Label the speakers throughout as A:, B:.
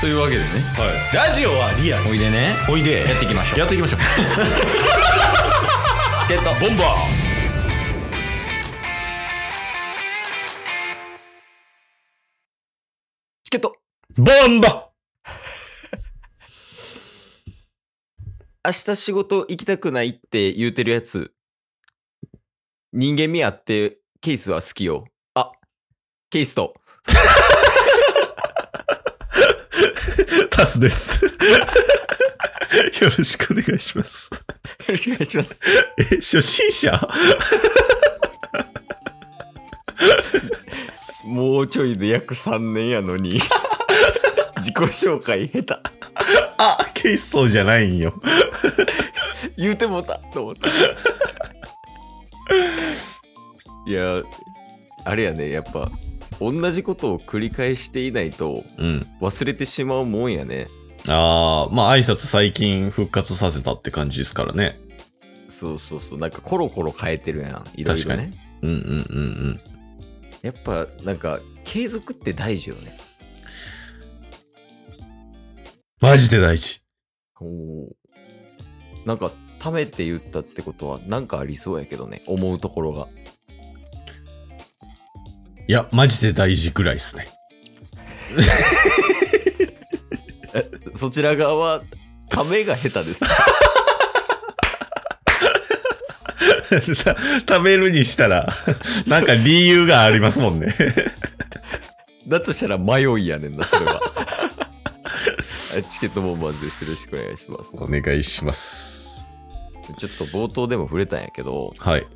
A: というわけでね
B: ラジオはリアル
A: おいでね
B: おいで
A: やっていきましょう
B: やっていきましょう
A: チケットボンバーチケット
B: ボンバ
A: 明日仕事行きたくないって言うてるやつ人間味あってケースは好きよあケースと
B: タスです。よろしくお願いします。
A: よろしくお願いします
B: え、初心者
A: もうちょいで約3年やの に自己紹介下手
B: あ、ケイストじゃないんよ。
A: 言うてもうたと思っていやあれやねやっぱ同じことを繰り返していないと
B: うん。
A: 忘れてしまうもんやね
B: あー、まあ挨拶最近復活させたって感じですからね。
A: そうそうそうなんかコロコロ変えてるやんいろいろ
B: 確か
A: ね
B: うんうんうん
A: やっぱなんか継続って大事よね
B: うん。マジで大事。
A: おなんかためて言ったってことはなんかありそうやけどね思うところが
B: いや、マジで大事ぐらいですね。
A: そちら側はためが下 手です
B: 食べるにした ら、なんか理由がありますもんね。
A: だとしたら迷いやねんなそれはチケットボンバーズですよろしくお願いします
B: お願いします。
A: ちょっと冒頭でも触れたんやけど
B: はい。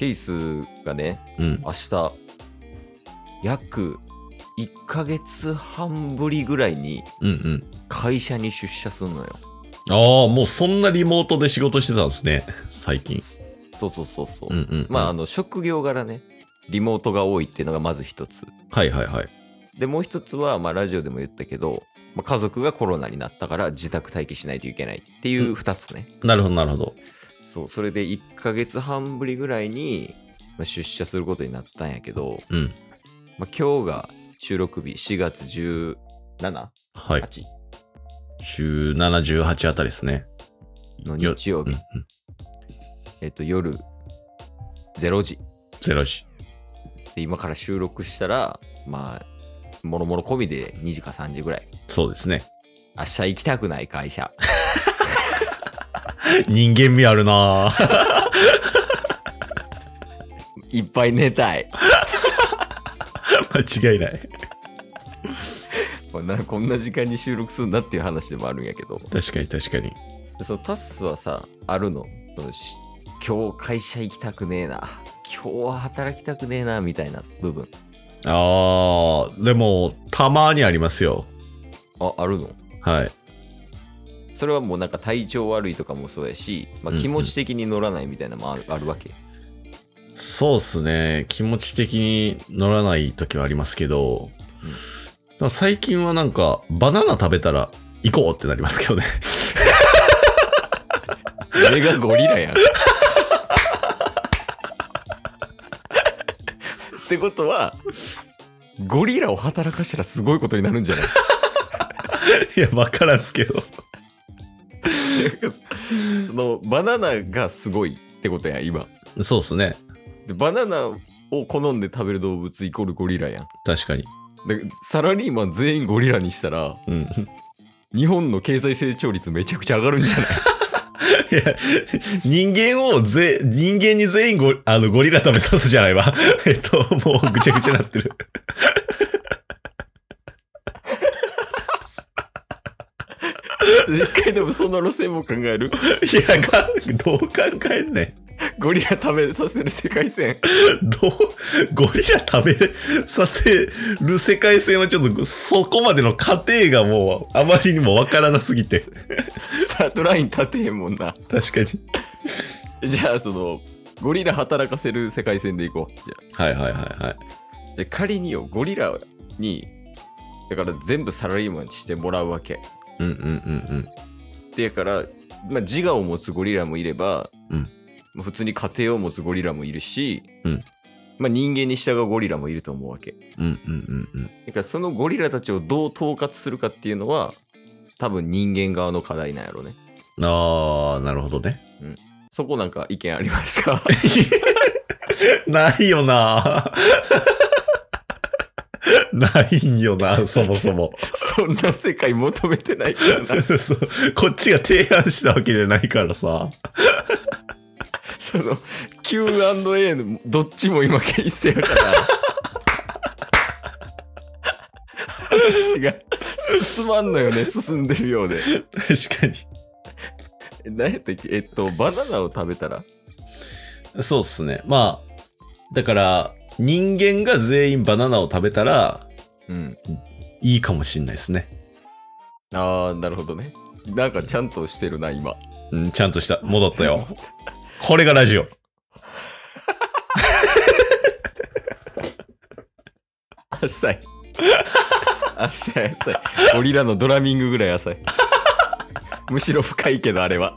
A: ケイスがね
B: うん。
A: 明日約1ヶ月半ぶりぐらいに
B: うんうん。
A: 会社に出社すんのよ
B: ああ、もうそんなリモートで仕事してたんですね。最近。
A: そうそうそうそう、
B: うんうん、うん。
A: まああの職業柄ねリモートが多いっていうのがまず一つ
B: はいはいはい。
A: でもう一つは、まあ、ラジオでも言ったけど、まあ、家族がコロナになったから自宅待機しないといけないっていう二つね、
B: なるほどなるほど。
A: そうそれで1ヶ月半ぶりぐらいにまあ出社することになったんやけど、
B: うん。
A: まあ、今日が収録日4月 17?8?
B: はい。17、18あたりですね。
A: の
B: よ
A: 日曜
B: う
A: 日
B: んうん、。
A: えっと夜0時
B: 0時。
A: で今から収録したらまあもろもろ込みで2時か3時ぐらい
B: そうですね。
A: 明日行きたくない会社
B: 人間味あるなぁ
A: いっぱい寝たい
B: 間違いない。
A: こんなこんな時間に収録するんだっていう話でもあるんやけど
B: 確かに確かに。
A: でそのタッスはさあるのそのし今日会社行きたくねえな今日は働きたくねえなみたいな部分
B: ああ、でも、たまにありますよ。
A: ああるの
B: はい。
A: それはもうなんか体調悪いとかもそうやし、ま
B: う
A: あ、
B: んうん
A: 気持ち的に乗らないみたいなのもある,、あるわけ
B: そうっすね。気持ち的に乗らない時はありますけど、
A: うん
B: まあ最近はなんか、バナナ食べたら行こうってなりますけどね。
A: 俺がゴリラやんってことはゴリラを働かしたらすごいことになるんじゃない
B: いや、わからんすけど。
A: そのバナナがすごいってことやん今
B: そうっすね。
A: でバナナを好んで食べる動物イコールゴリラやん
B: 確かに。
A: でサラリーマン全員ゴリラにしたら
B: うん。
A: 日本の経済成長率めちゃくちゃ上がるんじゃない
B: いや、人間をぜ、人間に全員ゴあのゴリラ食べさすじゃないわ。 えっと、もうぐちゃぐちゃになってる。
A: 一回でもその路線も考える
B: いや、かどう考えんね
A: ゴリラ食べさせる世界線
B: ん。どう、ゴリラ食べさせる世界線はちょっと、そこまでの過程がもう、あまりにもわからなすぎて。
A: スタートライン立てへんもんな
B: 確かに。
A: じゃあそのゴリラ働かせる世界線でいこうじゃ
B: はいはいはいはい。
A: あじゃあ仮によゴリラにだから全部サラリーマンにしてもらうわけ
B: うんうんうん
A: でだから、まあ、自我を持つゴリラもいれば、
B: うん
A: まあ普通に家庭を持つゴリラもいるし、
B: うん
A: ままあ、人間に従うゴリラもいると思うわけ。
B: うんうんうんうん。
A: だからそのゴリラたちをどう統括するかっていうのは多分人間側の課題なんやろうね。
B: ああ、なるほどね。
A: そこなんか意見あります か
B: ないよなないよなそもそも。
A: そんな世界求めてないから な。
B: そうこっちが提案したわけじゃないからさ。
A: その Q&A のどっちも今ケースやから。 話が進まんのよね進んでるようで。
B: 確かに。
A: え何やったっけえっとバナナを食べたら
B: そうっすね。まあ、だから、人間が全員バナナを食べたら
A: うん。
B: いいかもしんないですね。
A: ああなるほどね。なんかちゃんとしてるな今。
B: うん、ちゃんとした。戻ったよ。これがラジオ。
A: 浅い。浅い浅い。ゴリラのドラミングぐらい浅い。むしろ深いけどあれは。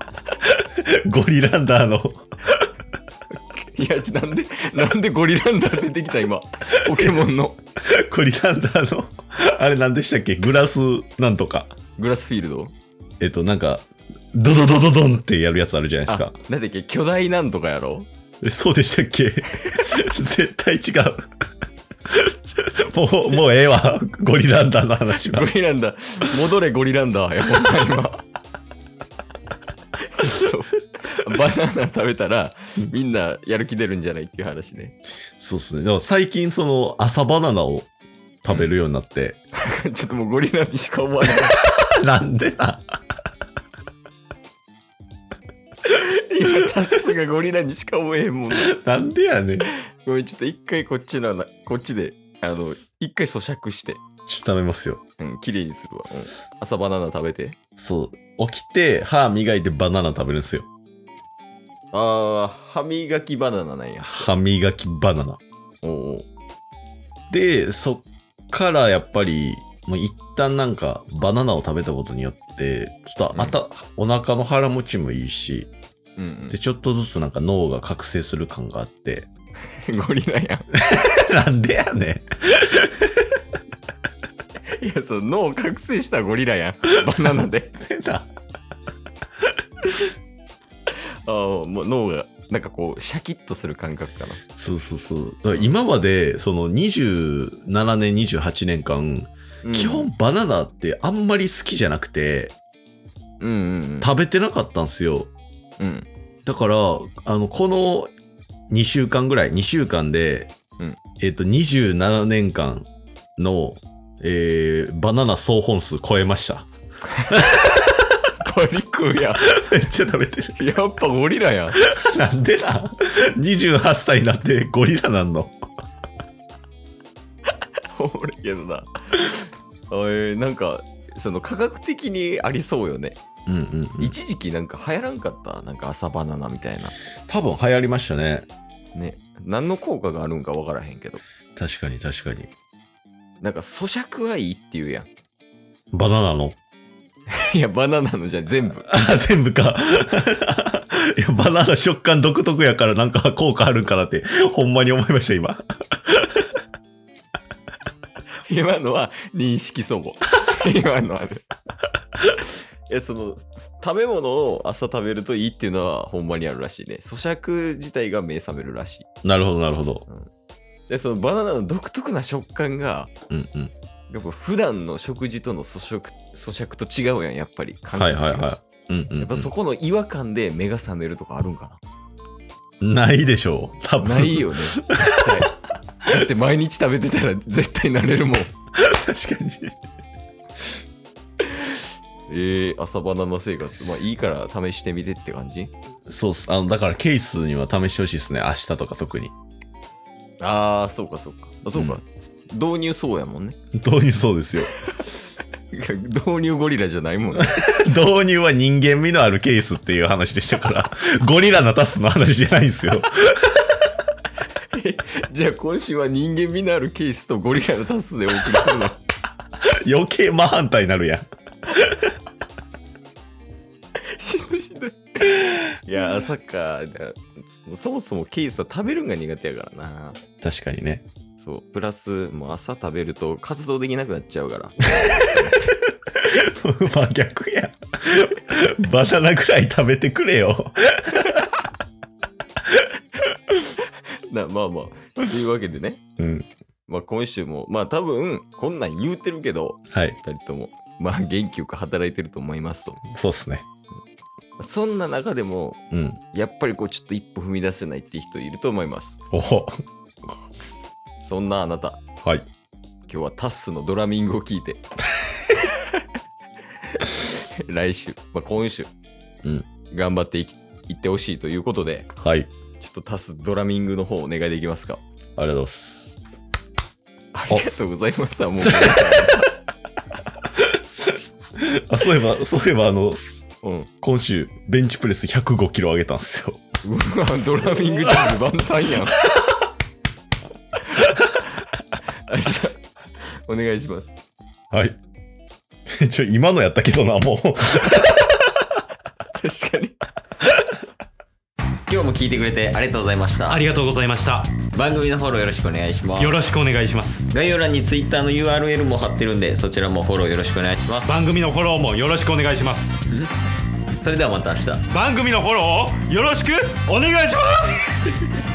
B: ゴリランダーの
A: いや、ちなんで、なんでゴリランダー出てきた今。ポケモンの
B: ゴリランダーの、あれ何でしたっけグラスなんとか。
A: グラスフィールド
B: えっと、なんか、ドドドドドンってやるやつあるじゃないですか。
A: あなんだっけ巨大なんとかやろ
B: えそうでしたっ け絶対違う。もう、もうええわ。ゴリランダーの話 は
A: ゴ。リランダー、戻れゴリランダーや、ほんま今。 そうバナナ食べたらみんなやる気出るんじゃないっていう話ね。
B: そうっすね。でも最近その朝バナナを食べるようになって。
A: ちょっともうゴリラにしか思わない。
B: なんでな
A: 今タスがゴリラにしか思えへんもんな。
B: なんでやねん。ちょ
A: ごめん、ちょっと一回こっちのな、こっちで、あの、一回咀嚼して、
B: っと食べますよ。
A: うん、綺麗にするわ。うん、朝バナナ食べて。
B: そう。起きて、歯磨いてバナナ食べるんですよ。
A: ああ、歯磨きバナナなんや。
B: 歯磨きバナナ。
A: おおう。
B: で、そっからやっぱり、もう一旦なんかバナナを食べたことによって、ちょっとまた、お腹の腹持ちもいいし、
A: うん
B: で、ちょっとずつなんか脳が覚醒する感があって。
A: うん、 ゴリラや
B: なんでやね
A: ん。いや、その脳を覚醒したゴリラやん。バナナで。
B: ん。な
A: ああ、もう脳が、なんかこう、シャキッとする感覚かな。
B: そうそうそう。だから今まで、その27年、28年間、
A: うん
B: 基本、バナナってあんまり好きじゃなくて、
A: うんうん
B: 食べてなかったんですよ。
A: うん。うん。
B: だから、あの、この2週間ぐらい、2週間で、
A: うん
B: えっ、と、27年間の、えー、バナナ総本数超えました。
A: パリクや。
B: めっちゃ食べてる。
A: やっぱゴリラやん。
B: なんでな ?28 歳になってゴリラなんの。
A: おもろいけどな。おい、なんか、その科学的にありそうよね。
B: うんうん、うん。
A: 一時期なんか流行らんかったなんか朝バナナみたいな
B: 多分流行りましたね。
A: ね何の効果があるんかわからへんけど
B: 確かに確かに。
A: なんか咀嚼はいいっていうやん
B: バナナの
A: いやバナナのじゃん全部
B: あ、全部か。 いや、バナナ食感独特やからなんか効果あるんかなって、ほんまに思いました、今。
A: 今のは認識そ ご今のはね いやその食べ物を朝食べるといいっていうのはほんまにあるらしいね咀嚼自体が目覚めるらしい
B: なるほど、なるほど。
A: でそのバナナの独特な食感が
B: うんうん。
A: やっぱ普段の食事との咀嚼咀嚼と違うやんやっぱり感
B: はい
A: 覚
B: はい
A: 違う
B: はい。うんうん、
A: やっぱそこの違和感で目が覚めるとかあるんかな
B: ないでしょう。多分。
A: ない。よね。絶対だって毎日食べてたら絶対なれるもん。
B: 確かに。
A: えー、朝バナナ生活。まあいいから試してみてって感じ
B: そうっす。あの、だからケースには試してほしいですね。明日とか特に。
A: ああ、そうかそうか。あそうか、導入そうやもんね。
B: 導入そう ですよ。
A: 導入ゴリラじゃないもんね。
B: 導入は人間味のあるケースっていう話でしたから、ゴリラなタスの話じゃないんですよ。
A: じゃあ今週は人間味のあるケースとゴリラのタスでお送りする の。
B: 余計真反対になるやん。
A: しんどいしんどい。いや、朝か、だそもそもケースは食べるのが苦手やからな。
B: 確かにね。
A: そう、プラス、もう朝食べると活動できなくなっちゃうから。
B: 真逆や。バナナくらい食べてくれよ。
A: なまあまあ。というわけでね、
B: うん。
A: まあ今週も、まあ多分、こんなん言うてるけど、
B: はい。
A: 二人とも、まあ元気よく働いてると思いますと。
B: そうっすね。
A: そんな中でも、
B: うん。
A: やっぱりこう、ちょっと一歩踏み出せないって人いると思います。
B: おほ。
A: そんなあなた、
B: はい。
A: 今日はタッスのドラミングを聞い て来週、まあ、今週、
B: うん
A: 頑張っていきいってほしいということで
B: はい。
A: ちょっとタッスドラミングの方お願いできますか
B: ありがとうございます。
A: ありがとうございますもう
B: あ、そういえば、そういえば、あの、
A: うん、う
B: 今週、ベンチプレス105キロ上げたんですよ。
A: わドラミングチャンス万端 やんあじゃあお願いします
B: はい。 ちょ、今のやったけどな、もう。
A: 確 かに今日も聞いてくれてありがとうございました
C: ありがとうございました。
A: 番組のフォローよろしくお願いします
C: よろしくお願いします。
A: 概要欄に Twitter の URL も貼ってるんでそちらもフォローよろしくお願いします
C: 番組のフォローもよろしくお願いします。
A: それではまた明日
C: 番組のフォローをよろしくお願いします